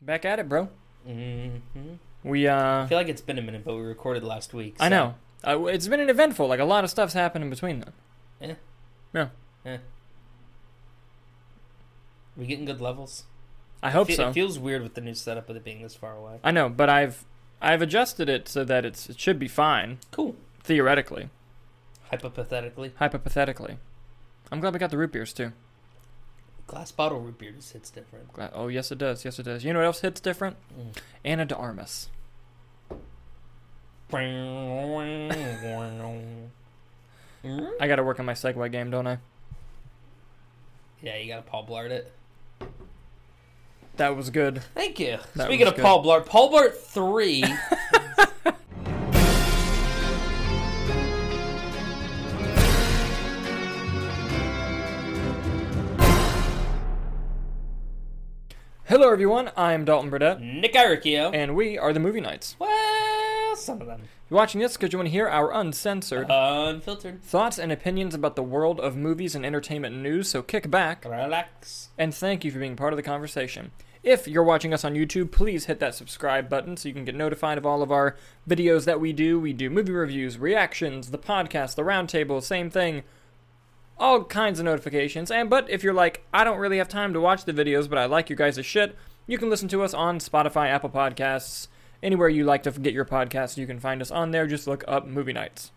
Back at it, bro. Mm-hmm. We uh, I feel like it's been a minute, but we recorded last week. I so- know. Uh, it's been an eventful. Like a lot of stuff's happened in between them. We getting good levels. I hope Fe- so. It feels weird with the new setup of it being this far away. I know, but I've I've adjusted it so that it's it should be fine Cool. theoretically, Hypothetically, hypothetically. I'm glad we got the root beers too. glass bottle root beer just hits different. Glad, oh yes, it does. Yes, it does. You know what else hits different? Mm. Anna de Armas. I got to work on my segue game, don't I? yeah, you gotta Paul Blart it. That was good. Thank you. That Speaking was of good. Paul Blart, Paul Blart 3. Hello, everyone. I'm Dalton Burdett, Nick Aricchio. and we are the Movie Nights. well, some of them. You're watching this because you want to hear our Uh-huh. uncensored Unfiltered. thoughts and opinions about the world of movies and entertainment news. So kick back Relax. and thank you for being part of the conversation. If you're watching us on YouTube, please hit that subscribe button so you can get notified of all of our videos that we do. We do movie reviews, reactions, the podcast, the roundtable, same thing. All kinds of notifications. And but if you're like, I don't really have time to watch the videos, but I like you guys' shit, you can listen to us on Spotify, Apple Podcasts, anywhere you like to get your podcasts, you can find us on there. Just look up movie nights.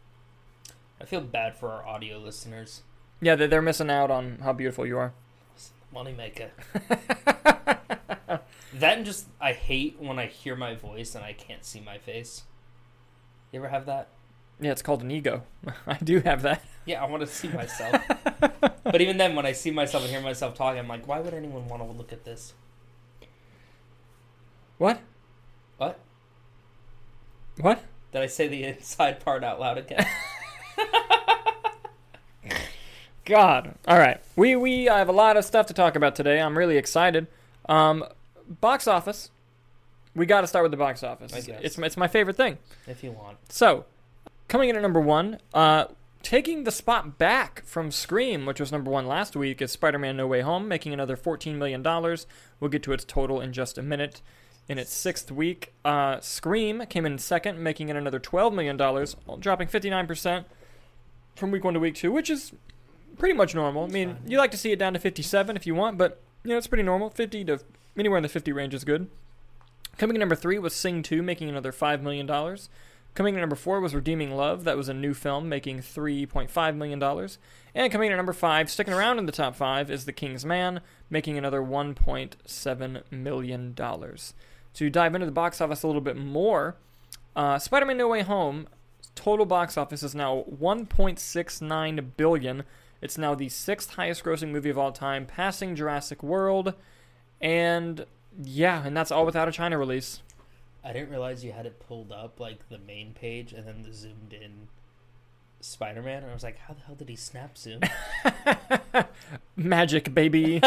I feel bad for our audio listeners. Yeah, they- they're missing out on how beautiful you are. Moneymaker. that and just, I hate when I hear my voice and I can't see my face. You ever have that? Yeah, it's called an ego. I do have that. Yeah, I want to see myself. but even then, when I see myself and hear myself talking, I'm like, why would anyone want to look at this? What? What? What? Did I say the inside part out loud again? God. All right. We we have a lot of stuff to talk about today. I'm really excited. Um, box office. We got to start with the box office. I guess. It's my- it's my favorite thing. if you want. So, coming in at number one, uh, taking the spot back from Scream, which was number one last week, is Spider-Man: No Way Home, making another fourteen million dollars. We'll get to its total in just a minute. In its sixth week, uh, Scream came in second, making it another twelve million dollars, dropping fifty-nine percent from week one to week two, which is pretty much normal. I mean, fine. you like to see it down to fifty-seven if you want, but you know it's pretty normal. Fifty to anywhere in the fifty range is good. Coming in number three was Sing Two, making another five million dollars. Coming in at number four was Redeeming Love. That was a new film making $3.5 million. And coming in at number five, sticking around in the top five, is The King's Man, making another $1.7 million. To dive into the box office a little bit more, uh, Spider Man No Way Home, total box office is now $1.69 billion. It's now the sixth highest grossing movie of all time, passing Jurassic World. And yeah, and that's all without a China release. I didn't realize you had it pulled up, like the main page, and then the zoomed in Spider Man. And I was like, how the hell did he snap zoom? magic, baby.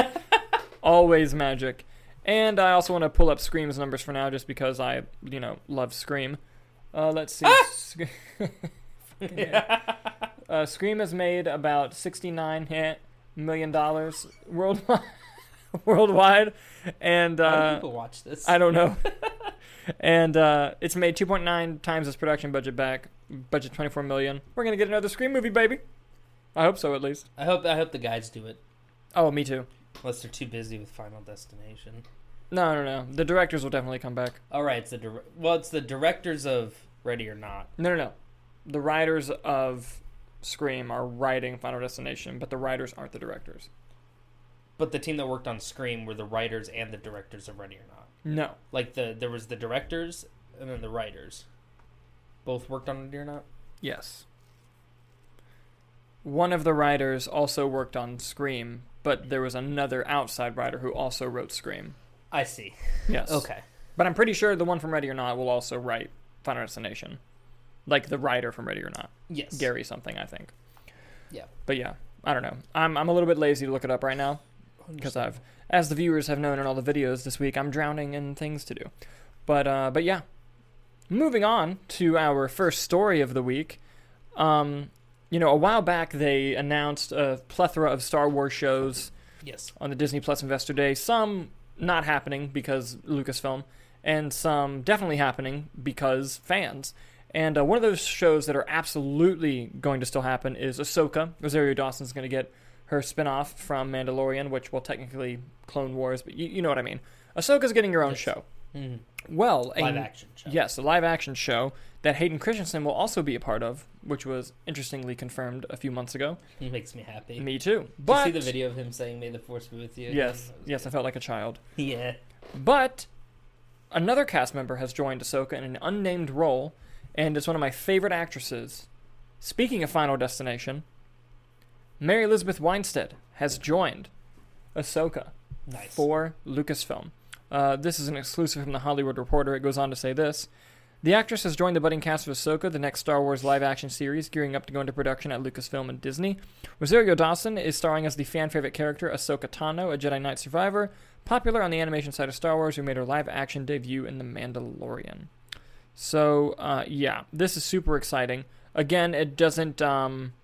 Always magic. And I also want to pull up Scream's numbers for now, just because I, you know, love Scream. Uh, let's see. Ah! Sc- Fucking hell. uh, Scream has made about sixty-nine heh, million dollars worldwide, worldwide, and how do uh, people watch this? I don't know. and uh, it's made two point nine times its production budget back, budget twenty-four million. We're gonna get another Scream movie, baby. I hope so, at least. I hope I hope the guys do it, Oh, me too. unless they're too busy with Final Destination. No, no, no. The directors will definitely come back. All right, it's the dir- well, it's the directors of Ready or Not. No, no, no. The writers of Scream are writing Final Destination, but the writers aren't the directors. But the team that worked on Scream were the writers and the directors of Ready or Not. No. Like the there was the directors and then the writers, both worked on Ready or Not. Yes. One of the writers also worked on Scream, but there was another outside writer who also wrote Scream. I see. Yes. Okay. But I'm pretty sure the one from Ready or Not will also write Final Destination. Like the writer from Ready or Not. Yes. Gary something, I think. Yeah. But yeah, I don't know. I'm, I'm a little bit lazy to look it up right now. because I've, as the viewers have known in all the videos this week, I'm drowning in things to do. But uh, but yeah, moving on to our first story of the week. Um, you know, a while back they announced a plethora of Star Wars shows Yes. on the Disney Plus Investor Day. Some not happening because Lucasfilm, and some definitely happening because fans. And uh, one of those shows that are absolutely going to still happen is Ahsoka. Rosario Dawson's going to get her spin-off from Mandalorian, which will technically Clone Wars, but you, you know what I mean. Ahsoka's getting her own Yes. show. Mhm. Well, a- Live action show. Yes, a live action show that Hayden Christensen will also be a part of, which was interestingly confirmed a few months ago. It makes me happy. Me too. Did you But see the video of him saying "May the Force be with you"? yes, That was yes, I felt like a child. good. Yeah. But another cast member has joined Ahsoka in an unnamed role, and it's one of my favorite actresses. Speaking of Final Destination, Mary Elizabeth Winstead has joined Ahsoka. Nice. for Lucasfilm. Uh, this is an exclusive from The Hollywood Reporter. It goes on to say this The actress has joined the budding cast of Ahsoka, the next Star Wars live action series gearing up to go into production at Lucasfilm and Disney. Rosario Dawson is starring as the fan favorite character Ahsoka Tano, a Jedi Knight survivor, popular on the animation side of Star Wars, who made her live action debut in The Mandalorian. So, uh, yeah, this is super exciting. Again, it doesn't. Um,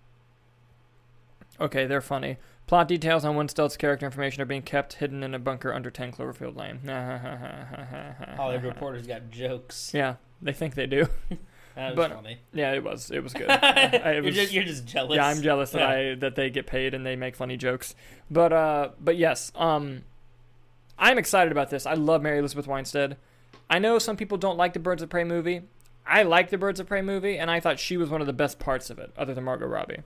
okay, they're funny. Plot details on Winstead's character information are being kept hidden in a bunker under 10 Cloverfield Lane. Hollywood Reporter's got jokes. Yeah, they think they do. That was But- funny. Yeah, it was. It was good. I- it you're, was- just, you're just jealous. yeah, I'm jealous that Yeah. I that they get paid and they make funny jokes. But uh, but yes, um, I'm excited about this. I love Mary Elizabeth Winstead. I know some people don't like the Birds of Prey movie. I like the Birds of Prey movie, and I thought she was one of the best parts of it, other than Margot Robbie.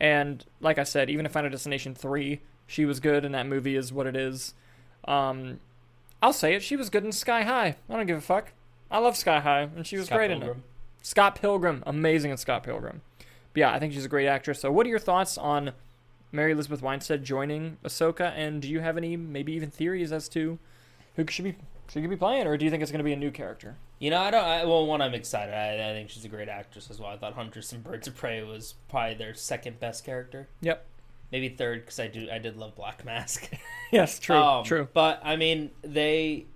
And like I said, even in Final Destination three, she was good, and that movie is what it is. Um, I'll say it. She was good in Sky High. I don't give a fuck. I love Sky High, and she was Scott great in it. Pilgrim. Scott Pilgrim, amazing in Scott Pilgrim. But yeah, I think she's a great actress. So, what are your thoughts on Mary Elizabeth Winstead joining Ahsoka? And do you have any, maybe even theories as to who should be she could be playing, or do you think it's going to be a new character? You know, I don't. I, well, one, I'm excited. I, I think she's a great actress as well. I thought Huntress and Birds of Prey was probably their second best character. Yep. Maybe third because I do. I did love Black Mask. Yes, true, Um, true. But I mean, they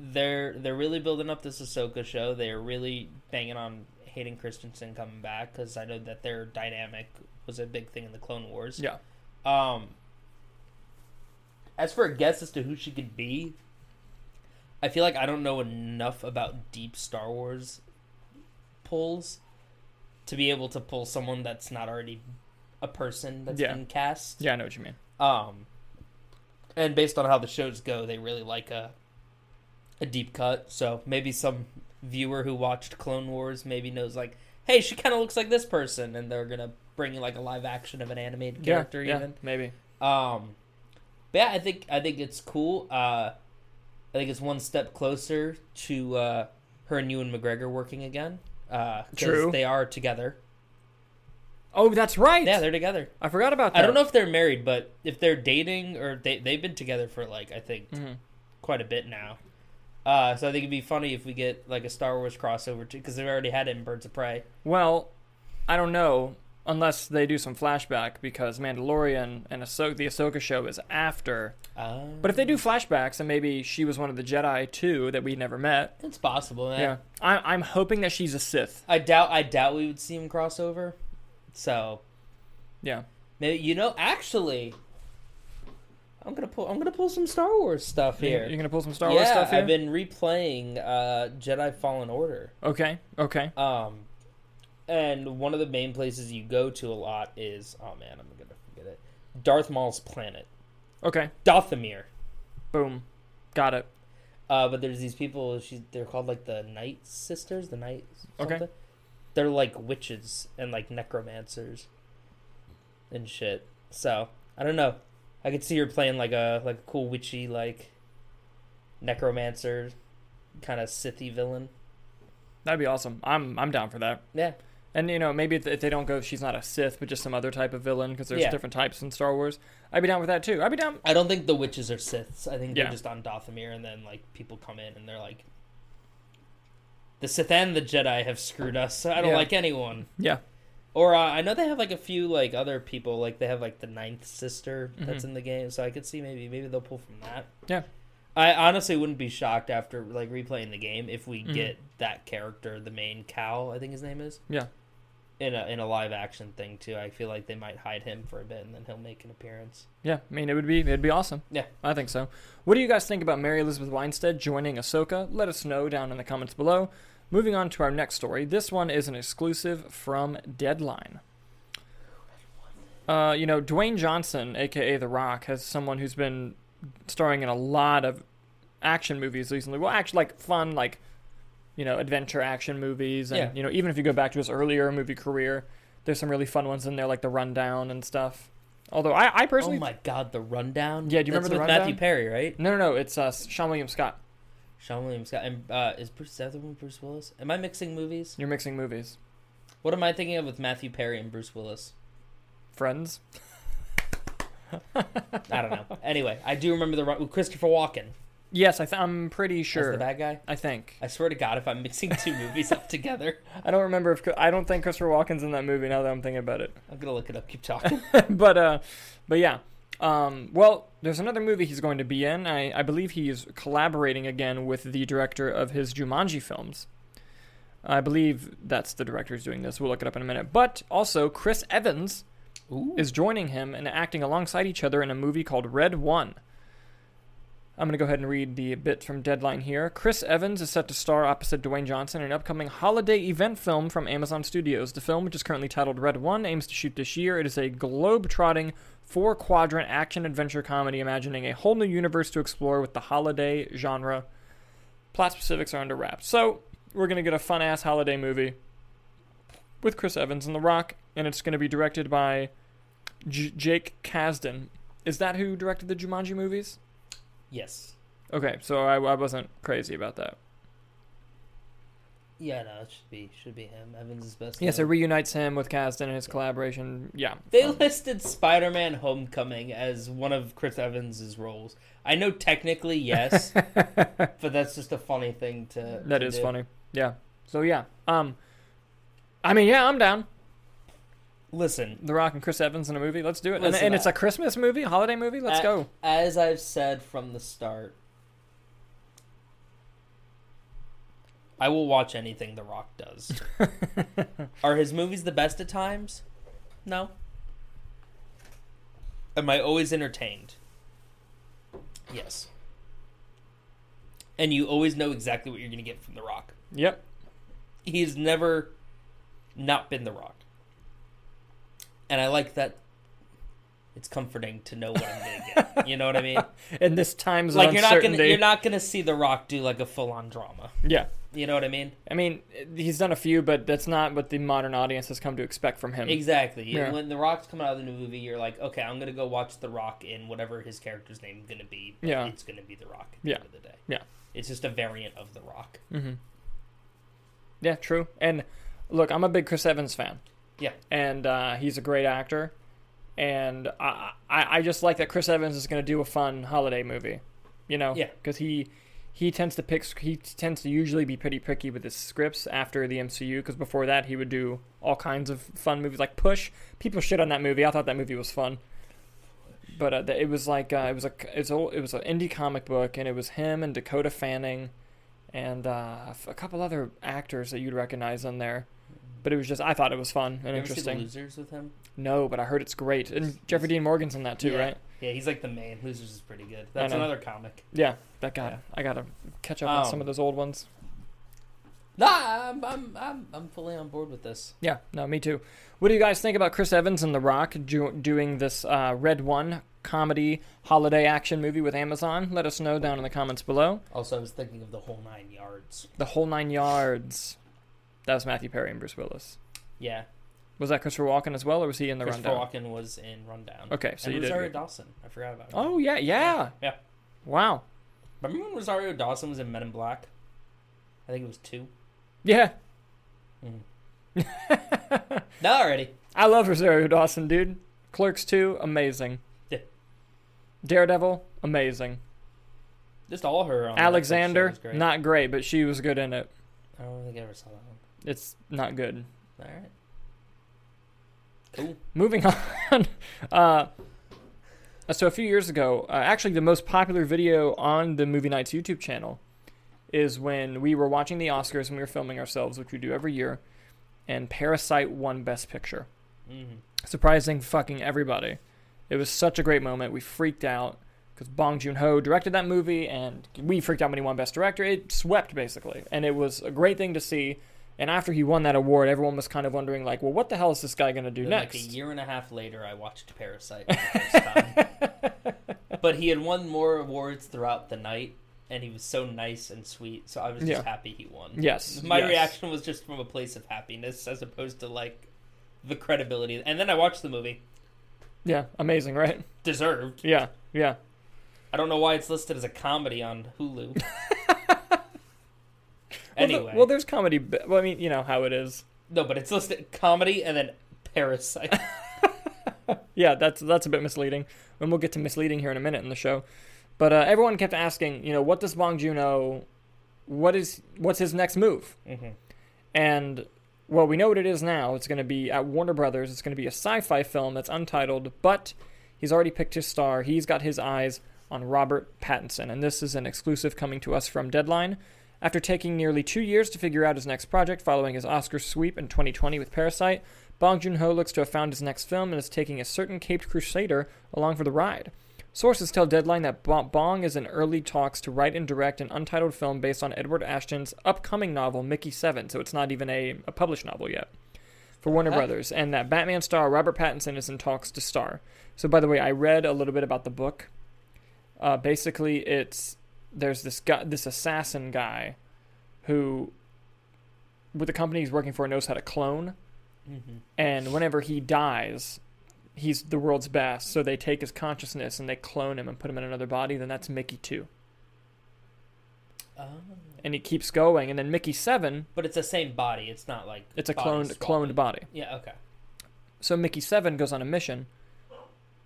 they're they're really building up this Ahsoka show. They are really banging on Hayden Christensen coming back because I know that their dynamic was a big thing in the Clone Wars. Yeah, Um, as for a guess as to who she could be, I feel like I don't know enough about deep Star Wars pulls to be able to pull someone that's not already a person that's Yeah. been cast. yeah, I know what you mean. Um, and based on how the shows go, they really like a a deep cut. So maybe some viewer who watched Clone Wars maybe knows like, hey, she kind of looks like this person, and they're gonna bring like a live action of an animated character yeah, even. yeah, maybe. Um, but yeah, I think I think it's cool. Uh, I think it's one step closer to uh, her and Ewan McGregor working again. Uh, 'cause True. They are together. Oh, that's right. Yeah, they're together. I forgot about that. I don't know if they're married, but if they're dating or they they've been together for like I think Mhm. quite a bit now. Uh, so I think it'd be funny if we get like a Star Wars crossover too, because they've already had it in Birds of Prey. Well, I don't know unless they do some flashback because Mandalorian and Ahsoka, the Ahsoka show is after. Um, But if they do flashbacks, and maybe she was one of the Jedi too that we never met. it's possible, man. Yeah, I, I'm hoping that she's a Sith. I doubt I doubt we would see him crossover. So Yeah, Maybe you know, actually, I'm gonna pull. I'm gonna pull some Star Wars stuff You- here. You're gonna pull some Star yeah, Wars stuff here. I've been replaying uh, Jedi Fallen Order. Okay, okay. Um, and one of the main places you go to a lot is oh man, I'm gonna forget it. Darth Maul's planet, Okay. Dothamir. Boom. Got it. Uh, but there's these people. She, they're called like the Night Sisters, the Night. Okay. Something. They're like witches and like necromancers, and shit. So I don't know. I could see her playing like a like a cool witchy like necromancer kind of Sithy villain. That'd be awesome. I'm I'm down for that. Yeah, And you know, maybe if, if they don't go, she's not a Sith, but just some other type of villain because there's Yeah. different types in Star Wars. I'd be down with that too. I'd be down. I don't think the witches are Siths. I think Yeah. they're just on Dothamir, and then like people come in and they're like, the Sith and the Jedi have screwed us. So I don't Yeah. like anyone. Yeah. Or uh, I know they have like a few like other people like they have like the ninth sister that's Mhm. in the game, so I could see maybe maybe they'll pull from that. Yeah. I honestly wouldn't be shocked after like replaying the game if we Mhm. get that character, the main cow, I think his name is. Yeah. in a in a live action thing too. I feel like they might hide him for a bit and then he'll make an appearance. Yeah, I mean it would be it'd be awesome. Yeah. I think so. What do you guys think about Mary Elizabeth Winstead joining Ahsoka? Let us know down in the comments below. Moving on to our next story. This one is an exclusive from Deadline. Uh, you know, Dwayne Johnson, aka The Rock, has someone who's been starring in a lot of action movies recently. Well, actually, like fun, like you know, adventure action movies, and Yeah. you know, even if you go back to his earlier movie career, there's some really fun ones in there, like The Rundown and stuff. Although I, I personally oh my god, the rundown. Yeah, do you remember That's The with Rundown? Matthew Perry, right? No, no, no. It's uh, Sean William Scott. Sean William Scott and uh, is Bruce is that the one with Bruce Willis? Am I mixing movies? You're mixing movies. What am I thinking of with Matthew Perry and Bruce Willis? Friends. I don't know. anyway, I do remember the run with Christopher Walken Yes, I th- I'm pretty as the sure. bad guy. I think. I swear to God, if I'm mixing two movies up together, I don't remember if I don't think Christopher Walken's in that movie. Now that I'm thinking about it, I'm gonna look it up. Keep talking. but uh, but yeah. Um, well, there's another movie he's going to be in. I, I believe he's collaborating again with the director of his Jumanji films. I believe that's the director who's doing this. We'll look it up in a minute. But also, Chris Evans Ooh. is joining him and acting alongside each other in a movie called Red One. I'm going to go ahead and read the bit from Deadline here. Chris Evans is set to star opposite Dwayne Johnson in an upcoming holiday event film from Amazon Studios. The film, which is currently titled Red One, aims to shoot this year. It is a globe-trotting, four-quadrant action-adventure comedy imagining a whole new universe to explore with the holiday genre. Plot specifics are under wraps. So, we're going to get a fun-ass holiday movie with Chris Evans and The Rock, and it's going to be directed by J- Jake Kasdan. Is that who directed the Jumanji movies? yes. Okay, so I, I wasn't crazy about that. Yeah, no, it should be should be him. Evans is best. Yes, it known. reunites him with Kasdan and his collaboration. Yeah. They Um, listed Spider-Man: Homecoming as one of Chris Evans' roles. I know technically yes, but that's just a funny thing to. that to is do. funny. Yeah. So yeah. Um, I mean, yeah, I'm down. Listen, The Rock and Chris Evans in a movie. Let's do it. And, Listen, and it's I- a Christmas movie, holiday movie. Let's I- go. as I've said from the start, I will watch anything The Rock does. Are his movies the best at times? No. Am I always entertained? Yes. And you always know exactly what you're going to get from The Rock. Yep. He's never not been The Rock. And I like that. It's comforting to know what I'm going to get. You know what I mean? In this times like of you're not gonna uncertainty. you're not gonna see The Rock do like a full on drama. yeah. You know what I mean? I mean, he's done a few, but that's not what the modern audience has come to expect from him. Exactly. You- Yeah. When The Rock's coming out of the new movie, you're like, okay, I'm gonna go watch The Rock in whatever his character's name gonna be. but Yeah. it's gonna be The Rock. At Yeah. the end of the day. Yeah. It's just a variant of The Rock. Mm-hmm. Yeah, true. And look, I'm a big Chris Evans fan. Yeah. and uh, he's a great actor, and I, I I just like that Chris Evans is going to do a fun holiday movie, you know? Yeah. because he he tends to pick he tends to usually be pretty picky with his scripts after the MCU. Because before that, he would do all kinds of fun movies like Push. People shit on that movie. I thought that movie was fun. But uh, it was like uh, it was a it's a, it was an indie comic book, and it was him and Dakota Fanning, and uh, a couple other actors that you'd recognize in there. But it was just I thought it was fun and You ever see The interesting. Losers with him? No, but I heard it's great. And Jeffrey Dean Morgan's in that too, Yeah. right? Yeah, he's like the main. Losers is pretty good. That's know. another comic. Yeah, that guy. Yeah. I gotta catch up on Um, some of those old ones. Nah, I'm I'm I'm, I'm fully on board with this. Yeah, no, me too. What do you guys think about Chris Evans and The Rock ju- doing this uh, Red One comedy holiday action movie with Amazon? Let us know down in the comments below. Also, I was thinking of the whole nine yards. The whole nine yards. That was Matthew Perry and Bruce Willis. Yeah, Was that Christopher Walken as well, or was he in the Christopher rundown? Walken was in Rundown. Okay, so and you did. Rosario agree. Dawson. I forgot about. her. Oh yeah, yeah. Yeah. Wow. Remember when Rosario Dawson was in Men in Black? I think it was two. Yeah. No, already. I love Rosario Dawson, dude. Clerks 2, amazing. Yeah. Daredevil, amazing. Just all her. On Oh, that show Alexander, was great. not great, but she was good in it. I don't think I ever saw that one. It's not good. All right. Cool. Moving on. uh, so a few years ago, uh, actually the most popular video on the Movie Nights YouTube channel is when we were watching the Oscars and we were filming ourselves, which we do every year. and Parasite won Best Picture, Mhm. surprising fucking everybody. It was such a great moment. We freaked out because Bong Joon Ho directed that movie, and we freaked out when he won Best Director. It swept basically, and it was a great thing to see. And after he won that award, everyone was kind of wondering, like, well, what the hell is this guy gonna do Then, next? Like a year and a half later, I watched Parasite for the first time. but he had won more awards throughout the night, and he was so nice and sweet. So I was just Yeah. happy he won. Yes, my yes. reaction was just from a place of happiness, as opposed to like the credibility. And then I watched the movie. Yeah, amazing, right? Deserved. Yeah, yeah. I don't know why it's listed as a comedy on Hulu. Well, the- anyway, well, there's comedy. b- Well, I mean, you know how it is. no, but it's listed comedy and then Parasite. Yeah, that's that's a bit misleading, and we'll get to misleading here in a minute in the show. But uh, everyone kept asking, you know, what does Bong Joon-ho, what is what's his next move? Mhm. And well, we know what it is now. It's going to be at Warner Brothers. It's going to be a sci-fi film that's untitled, but he's already picked his star. He's got his eyes on Robert Pattinson, and this is an exclusive coming to us from Deadline. After taking nearly two years to figure out his next project following his Oscar sweep in 2020 with Parasite, Bong Joon Ho looks to have found his next film and is taking a certain caped crusader along for the ride. Sources tell Deadline that Bo- Bong is in early talks to write and direct an untitled film based on Edward Ashton's upcoming novel Mickey Seven, so it's not even a, a published novel yet, for Warner heck? Brothers, and that Batman star Robert Pattinson is in talks to star. So, by the way, I read a little bit about the book. Uh, basically, it's there's this guy, this assassin guy, who, with the company he's working for, knows how to clone Mm-hmm. Mhm. and whenever he dies he's the world's best so they take his consciousness and they clone him and put him in another body then that's mickey 2 Oh. and he keeps going and then mickey 7 But it's the same body. It's not like it's a body cloned swapping. cloned body Yeah. Okay. so mickey 7 goes on a mission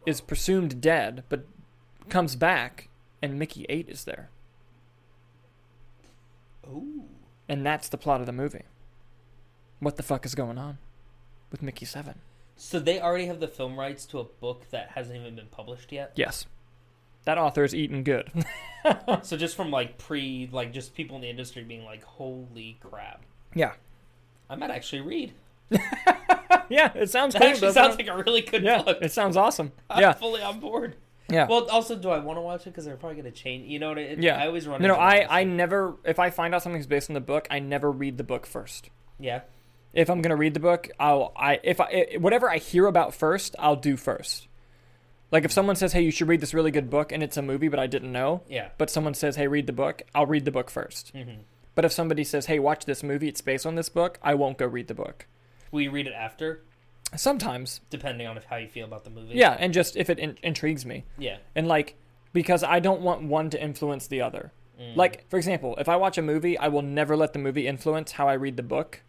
is presumed dead but comes back and mickey 8 is there Ooh. and that's the plot of the movie what the fuck is going on with mickey 7 So they already have the film rights to a book that hasn't even been published yet. yes that author's eating good So just from like pre, like just people in the industry being like, "Holy crap!" yeah I might actually read. yeah it sounds That cool actually doesn't sounds it? like a really good yeah book. it sounds awesome I'm yeah fully on board. yeah Well, also, do I want to watch it? Because they're probably going to change. You know what? It, Yeah. I always run. No, no, into that I, I issue. never, if I find out something's based on the book, I never read the book first. Yeah. If I'm going to read the book, I'll, I, if I, i whatever I hear about first, I'll do first. Like if someone says, hey, you should read this really good book and it's a movie, but I didn't know, Yeah. but someone says, hey, read the book, I'll read the book first. hmm But if somebody says, hey, watch this movie, it's based on this book, I won't go read the book. Will you read it after, Sometimes. depending on if- how you feel about the movie? Yeah, and just if it in- intrigues me. Yeah. And like, because I don't want one to influence the other. Mm. Like, for example, if I watch a movie, I will never let the movie influence how I read the book.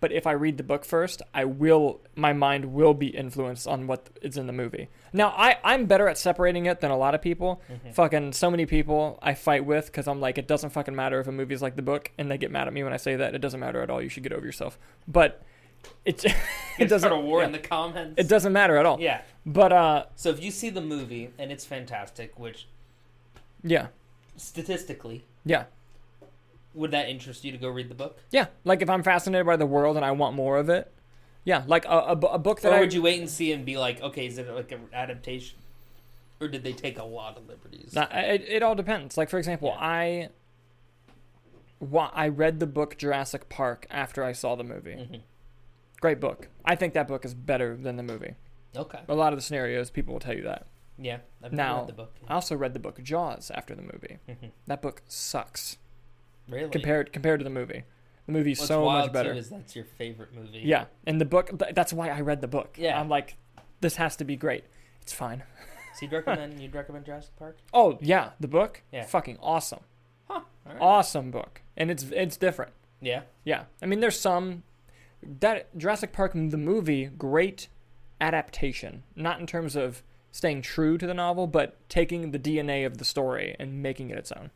But if I read the book first, I will my mind will be influenced on what is in the movie. Now I, I'm better at separating it than a lot of people. Mhm. Fucking so many people I fight with because I'm like, it doesn't fucking matter if a movie's like the book and they get mad at me when I say that. It doesn't matter at all. You should get over yourself. But it You it doesn't start a war yeah. in the comments. it doesn't matter at all. Yeah. But uh So if you see the movie and it's fantastic, which yeah. statistically, Yeah. would that interest you to go read the book? Yeah. Like if I'm fascinated by the world and I want more of it. Yeah, like a, a, bu- a book that or I would you wait and see and be like, okay, is it like an adaptation, or did they take a lot of liberties? Not, it, it all depends. Like for example, Yeah. I wa- I read the book Jurassic Park after I saw the movie. Mhm. Great book. I think that book is better than the movie. Okay. A lot of the scenarios people will tell you that. Yeah. I've Now, uh, now, read the book. I also read the book Jaws after the movie. Mhm. That book sucks Really? compared compared to the movie. The movie's What's so wild much better. Too is that's your favorite movie? yeah, and the book th- that's why I read the book. Yeah. I'm like this has to be great. It's fine. So you'd recommend you'd recommend Jurassic Park? Oh, yeah, the book? Yeah. Fucking awesome. Huh. All right. Awesome book. And it's it's different. yeah. Yeah, I mean, there's some that Jurassic Park the movie great adaptation, not in terms of staying true to the novel, but taking the DNA of the story and making it its own,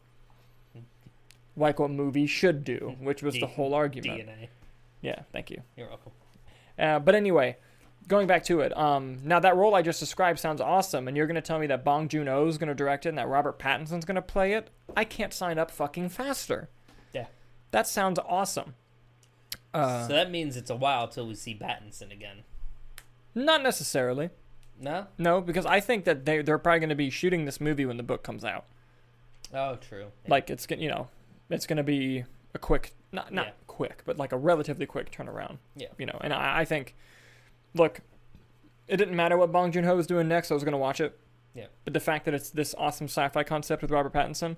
like what movies should do, which was the Mm-hmm. D- whole argument. DNA. Yeah, thank you. You're welcome. Uh, but anyway, going back to it, um, now that role I just described sounds awesome, and you're going to tell me that Bong Joon Ho is going to direct it and that Robert Pattinson's going to play it? I can't sign up fucking faster. Yeah. That sounds awesome. Uh, so that means it's a while till we see Pattinson again. not necessarily. No? No, because I think that they they're probably going to be shooting this movie when the book comes out. Oh, true. Like it's gonna you know, it's going to be a quick not not Yeah. quick, but like a relatively quick turnaround. Yeah. You know, and I, I think, look, it didn't matter what Bong Joon Ho was doing next. I was going to watch it. Yeah. But the fact that it's this awesome sci-fi concept with Robert Pattinson,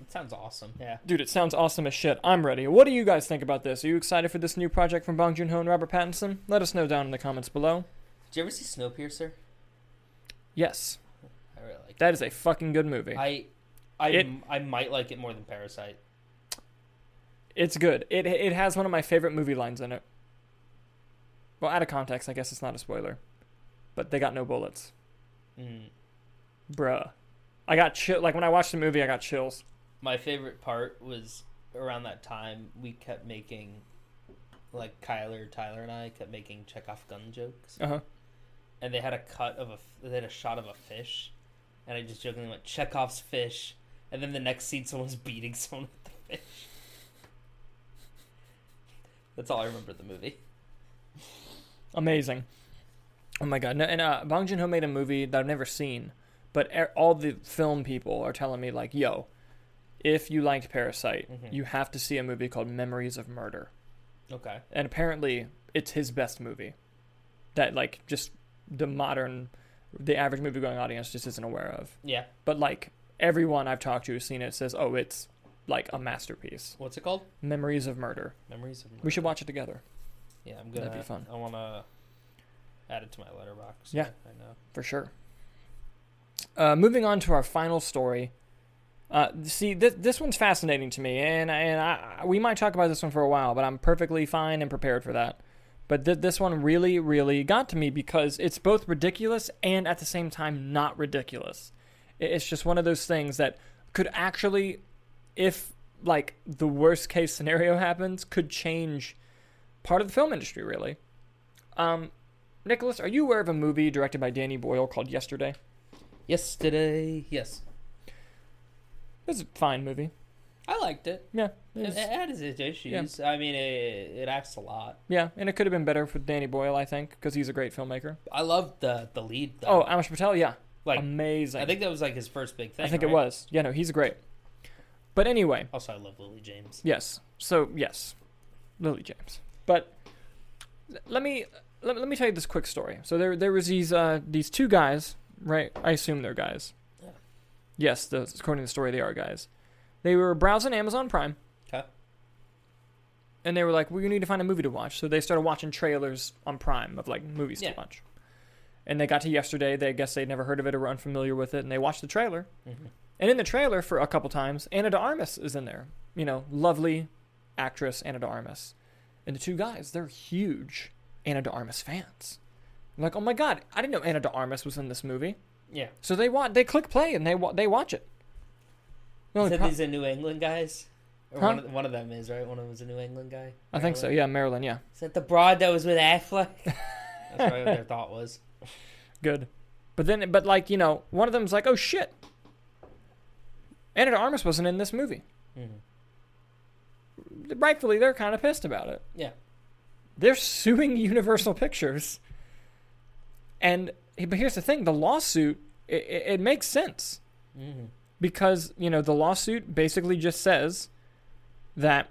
It sounds awesome. Yeah. dude, it sounds awesome as shit. I'm ready. What do you guys think about this? Are you excited for this new project from Bong Joon Ho and Robert Pattinson? Let us know down in the comments below. Did you ever see Snowpiercer? Yes, I really like that is a fucking good movie. I, I, It- I might like it more than Parasite. It's good. It it has one of my favorite movie lines in it. Well, out of context, I guess it's not a spoiler, but they got no bullets, Mm. bruh. I got chill. Like when I watched the movie, I got chills. My favorite part was around that time we kept making, like Kyler, Tyler, and I kept making Chekhov gun jokes, Uh huh. and they had a cut of a, f- they had a shot of a fish, and I just jokingly went Chekhov's fish, and then the next scene someone's beating someone with the fish. That's all I remember of the movie. Amazing. Oh my god. No, and uh, Bong Joon Ho made a movie that I've never seen, but er- all the film people are telling me like, yo, if you liked Parasite, Mhm. you have to see a movie called Memories of Murder. Okay. and apparently it's his best movie that like just the modern the average movie going audience just isn't aware of Yeah. but like everyone i've talked to who's seen it says oh it's like a masterpiece What's it called? memories of murder Memories of. Murder. we should watch it together Yeah, I'm gonna. That'd be fun. I want to add it to my letterbox. Yeah. I know. for sure uh, moving on to our final story uh, see this, this one's fascinating to me and, and I, I- we might talk about this one for a while but i'm perfectly fine and prepared for that but th- this one really really got to me because it's both ridiculous and at the same time not ridiculous I- it's just one of those things that could actually if like the worst case scenario happens could change part of the film industry really um nicholas are you aware of a movie directed by danny boyle called yesterday Yesterday, yes, it's a fine movie I liked it. yeah It, it's- it had its issues. I mean, it, it acts a lot. Yeah, and it could have been better for Danny Boyle, I think, because he's a great filmmaker. I loved the the lead. Oh, Though. Amish Patel, yeah, like amazing. I think that was like his first big thing. I think it right? was. Yeah, no, he's great. But anyway, Also, I love Lily James. yes. So yes, Lily James. But l- let me let, let me tell you this quick story. So there there was these uh these two guys, right? I assume they're guys. Yeah. Yes, the, according to the story, they are guys. They were browsing Amazon Prime, Okay. and they were like, "We need to find a movie to watch." So they started watching trailers on Prime of like movies Yeah. to watch. And they got to yesterday. They I guess they'd never heard of it or were unfamiliar with it, and they watched the trailer. hmm And in the trailer, for a couple times, Anna de Armas is in there. You know, lovely actress Anna de Armas, and the two guys, they're huge Anna de Armas fans. I'm like, oh my god, I didn't know Anna de Armas was in this movie. Yeah. So they want they click play and they wa- they watch it. The Is only that pro- these are New England guys? Or Huh? one, of, one of them is right. One of them is a New England guy. I think so. Maryland? Yeah, Marilyn. Yeah. Is that the broad that was with Affleck? That's probably what their thought was. Good. But then, but like, you know, one of them's like, oh shit. Anna de Armas wasn't in this movie. hmm Rightfully, they're kind of pissed about it. Yeah. They're suing Universal Pictures. And, but here's the thing the lawsuit, it, it, it makes sense hmm because you know the lawsuit basically just says that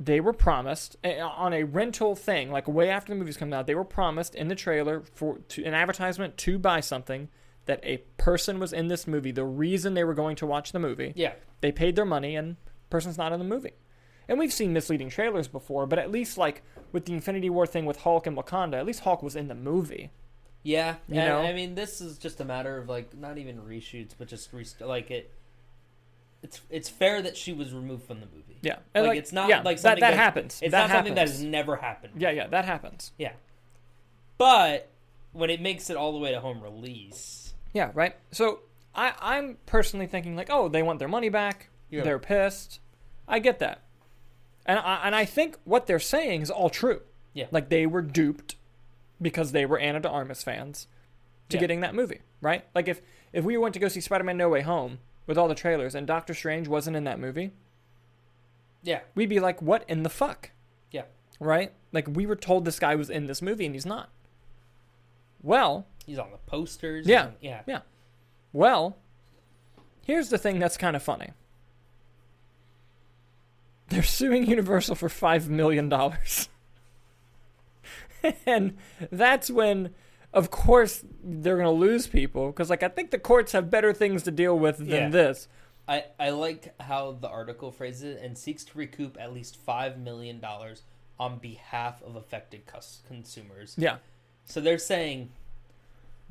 they were promised eh, on a rental thing like way after the movies come out they were promised in the trailer for to, an advertisement to buy something that a person was in this movie the reason they were going to watch the movie Yeah. they paid their money and person's not in the movie and we've seen misleading trailers before but at least like with the infinity war thing with hulk and wakanda at least hulk was in the movie Yeah, You and, know? I mean, this is just a matter of like not even reshoots, but just rest- like it. It's it's fair that she was removed from the movie. yeah Like, it's not like that, something that that- happens It's that not something that happens. has never happened. yeah yeah that happens yeah. But when it makes it all the way to home release, Yeah, right. So I, I'm personally thinking like, oh, they want their money back. Yeah. They're pissed. I get that, and I, and I think what they're saying is all true. Yeah. like they were duped because they were Anna de Armas fans to Yeah. getting that movie, right? Like if if we went to go see Spider-Man: No Way Home with all the trailers and Doctor Strange wasn't in that movie, yeah, we'd be like, what in the fuck? Yeah. right? Like we were told this guy was in this movie and he's not. Well, He's on the posters. Yeah. he's on- yeah. yeah. Well, here's the thing that's kind of funny. They're suing Universal for $5 million. and that's when, of course, they're going to lose people because, like, I think the courts have better things to deal with than Yeah. this. I, I like how the article phrases it and seeks to recoup at least $5 million on behalf of affected cus- consumers. Yeah. So they're saying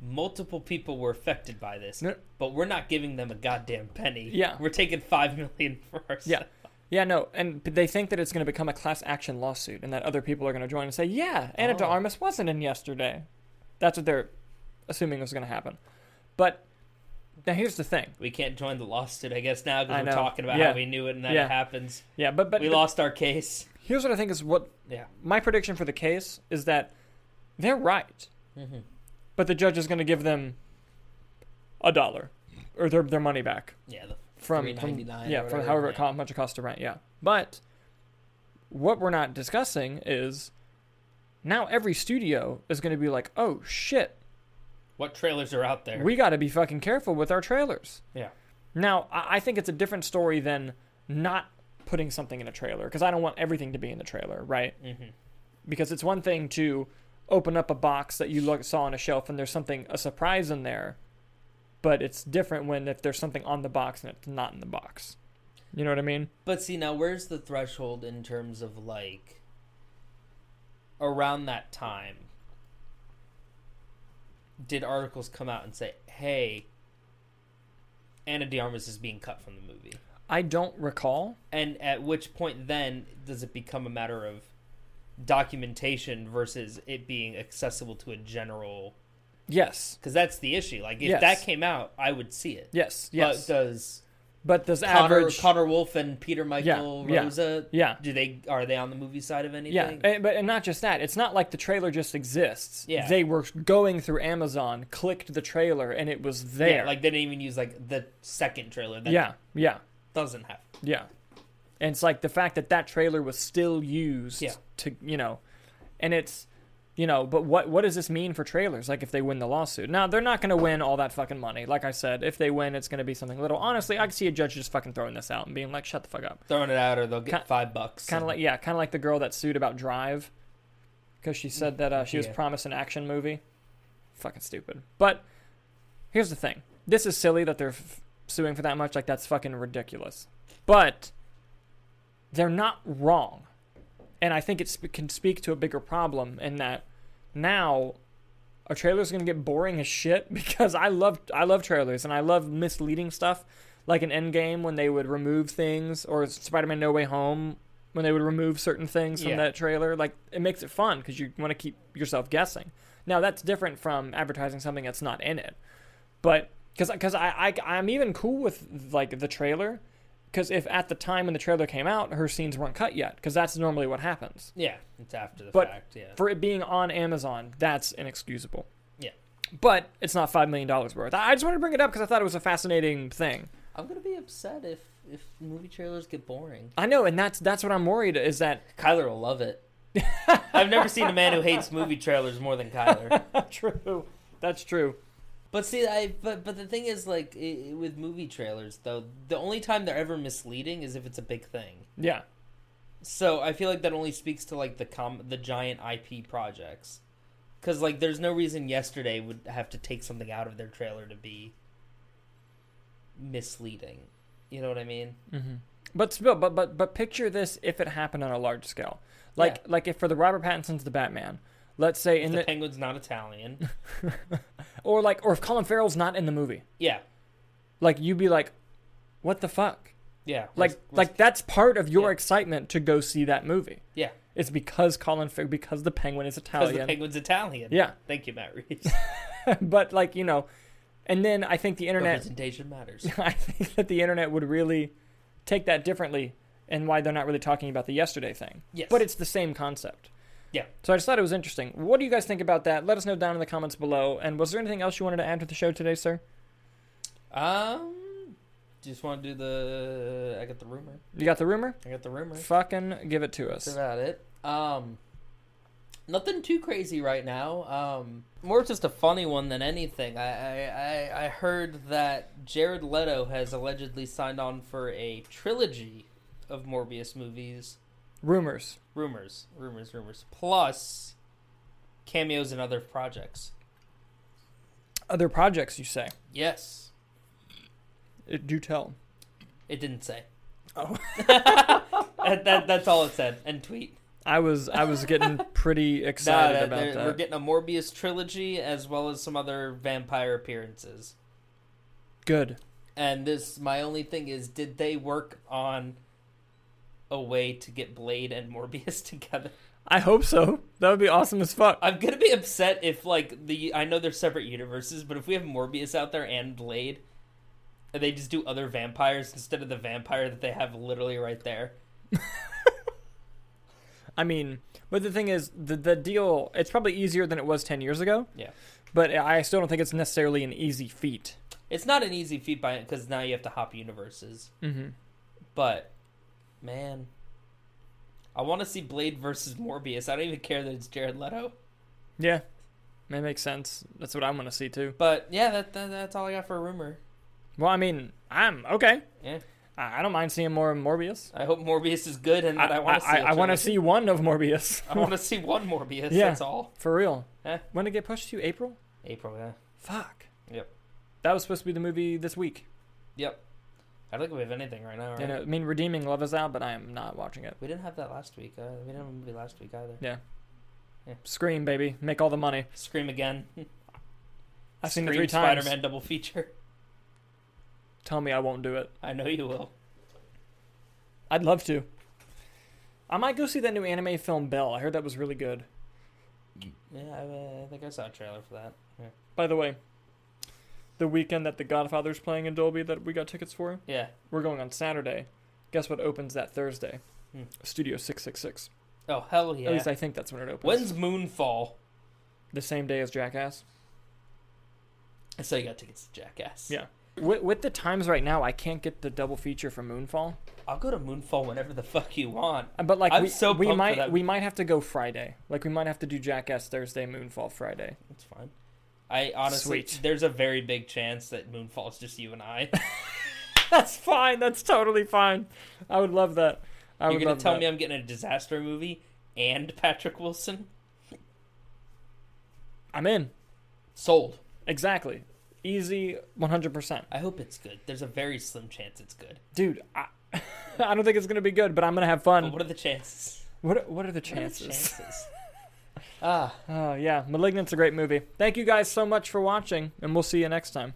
multiple people were affected by this, No. but we're not giving them a goddamn penny. Yeah. We're taking $5 million for ourselves. Yeah. Yeah, no, and but they think that it's going to become a class action lawsuit, and that other people are going to join and say, "Yeah, Anna de Oh. Armas wasn't in yesterday." That's what they're assuming was going to happen. But now here's the thing. We can't join the lawsuit, I guess, now I because we're know. talking about Yeah. how we knew it and that Yeah. it happens. Yeah, but but we lost our case. here's what I think is what Yeah. my prediction for the case is that they're right, Mm-hmm. but the judge is going to give them a dollar or their their money back. Yeah. The, from, from $3.99 yeah or from whatever, however it yeah. co- much it costs to rent yeah but what we're not discussing is now every studio is going to be like oh shit what trailers are out there? we got to be fucking careful with our trailers yeah. now I, I think it's a different story than not putting something in a trailer because i don't want everything to be in the trailer right Mm-hmm. because it's one thing to open up a box that you look, saw on a shelf and there's something a surprise in there but it's different when if there's something on the box and it's not in the box you know what i mean But see, now where's the threshold in terms of like around that time? Did articles come out and say, "Hey, Anna De Armas is being cut from the movie"? I don't recall. And at which point then does it become a matter of documentation versus it being accessible to a general? Yes. Because that's the issue. Like, if Yes. that came out, I would see it. Yes. Yes. But But, does this Connor, average. Connor Wolf and Peter Michael yeah. Rosa yeah. Do they are they on the movie side of Yeah. anything? And, but and not just that. It's not like the trailer just exists. Yeah. They were going through Amazon, clicked the trailer, and it was Yeah, there. like they didn't even use like the second trailer that yeah. Yeah. doesn't have. Yeah. And it's like the fact that that trailer was still used Yeah. to, you know, and it's, you know, but what what does this mean for trailers? Like if they win the lawsuit, now they're not going to win all that fucking money. Like I said, if they win, it's going to be something little. Honestly, I could see a judge just fucking throwing this out and being like, "Shut the fuck up." Throwing it out or they'll get Ki- five bucks. kind of and- like yeah, kind of like the girl that sued about Drive, because she said that uh, she was Yeah. promised an action movie. Fucking stupid. But here's the thing: this is silly that they're f- suing for that much. Like that's fucking ridiculous. But they're not wrong, and I think it sp- can speak to a bigger problem in that now a trailer's gonna get boring as shit because I love I love trailers and I love misleading stuff like in Endgame when they would remove things or Spider-Man No Way Home when they would remove certain things from Yeah. that trailer like it makes it fun because you want to keep yourself guessing. Now that's different from advertising something that's not in it, but because because I, I I'm even cool with like the trailer because if at the time when the trailer came out her scenes weren't cut yet because that's normally what happens yeah, it's after the But fact. Yeah, for it being on Amazon, that's inexcusable. Yeah. But it's not five million dollars worth. I I just wanted to bring it up because I thought it was a fascinating thing. I'm gonna be upset if if movie trailers get boring. I know, and that's that's what I'm worried is that Kyler will love it. I've never seen a man who hates movie trailers more than Kyler. true. That's true. But see, I but but the thing is, like i i- with movie trailers, though, the only time they're ever misleading is if it's a big thing. Yeah. So I feel like that only speaks to like the com the giant IP projects, because like there's no reason yesterday would have to take something out of their trailer to be misleading. You know what I mean? hmm But still, but but but picture this if it happened on a large scale, like like if for the Robert Pattinson's The Batman, let's say If in the, the, penguin's not Italian. or like or if Colin Farrell's not in the movie, yeah, like you'd be like, what the fuck? yeah. like Let's- let's- like that's part of your yeah. excitement to go see that movie. Yeah. it's because Colin Fa- because the Penguin is 'cause Italian. the penguin's Italian. yeah, Thank you, Matt Reeves. but like you know, and then I think the internet. Representation matters. I think that the internet would really take that differently, and why they're not really talking about the yesterday thing. Yes, But it's the same concept. Yeah. So I just thought it was interesting. What do you guys think about that? Let us know down in the comments below. And was there anything else you wanted to add to the show today, sir? um. Do you just want to do the? I got the rumor. You got the rumor? I got the rumor. Fucking give it to us. That's about it. Um, nothing too crazy right now. Um, more just a funny one than anything. I I, I, I heard that Jared Leto has allegedly signed on for a trilogy of Morbius movies. Rumors. Rumors, rumors, rumors. Plus cameos in other projects. Other projects, you say? Yes, Uh, Do tell. it didn't say. Oh. that, that, that's all it said. And tweet. I was I was getting pretty Nah, excited that- about they're- that. We're getting a Morbius trilogy as well as some other vampire appearances. Good. And this, my only thing is, did they work on a way to get Blade and Morbius together? I hope so. That would be awesome as fuck. I'm gonna be upset if, like, the I know they're separate universes, but if we have Morbius out there and Blade, and they just do other vampires instead of the vampire that they have literally right there. I mean, but the thing is, the the deal it's probably easier than it was ten years ago. Yeah. But I still don't think it's necessarily an easy feat. It's not an easy feat by because now you have to hop universes. Mm-hmm. But man, I want to see Blade versus Morbius. I don't even care that it's Jared Leto. Yeah, that makes sense. That's what I'm gonna see too. But yeah, that, that that's all I got for a rumor. Well, I mean, I'm okay. Yeah. I, I don't mind seeing more of Morbius. I hope Morbius is good, and I that I, want to see. I, I, it. want to see one of Morbius I want to see one Morbius. Yeah. That's all. for real. Eh. When did it get pushed to April? April. Yeah. Fuck. Yep. That was supposed to be the movie this week. Yep. I don't think we have anything right now. Right? And uh, I mean, Redeeming Love is out, but I am not watching it. we didn't have that last week. Uh, we didn't have a movie last week either. Scream, baby, make all the money. Scream again. I've seen it Scream, three times. Spider-Man double feature. Tell me I won't do it. I know you will. I'd love to. I might go see that new anime film Bell. I heard that was really good. Yeah, I, uh, I think I saw a trailer for that. Yeah. By the way, the weekend that The Godfather's playing in Dolby that we got tickets for, Yeah. we're going on Saturday. Guess what opens that Thursday? Hmm. Studio 666. Oh hell yeah. At least I think that's when it opens. When's Moonfall? the same day as Jackass? So you got tickets to Jackass. Yeah. With, with the times right now, I can't get the double feature for Moonfall. I'll go to Moonfall whenever the fuck you want. Uh, But like I'm we, so we pumped for might that. we might have to go Friday. Like we might have to do Jackass Thursday, Moonfall Friday. It's fine. I honestly, Sweet. there's a very big chance that Moonfall's just you and I. That's fine. That's totally fine. I would love that. I You're would gonna love tell that. me I'm getting a disaster movie and Patrick Wilson? I'm in. Sold. Exactly. Easy 100%. I hope it's good. There's a very slim chance it's good. Dude, I, I don't think it's going to be good, but I'm going to have But fun. what are the chances? What are- what are the What are the chances? chances? ah, Oh, yeah. Malignant's a great movie. Thank you guys so much for watching, and we'll see you next time.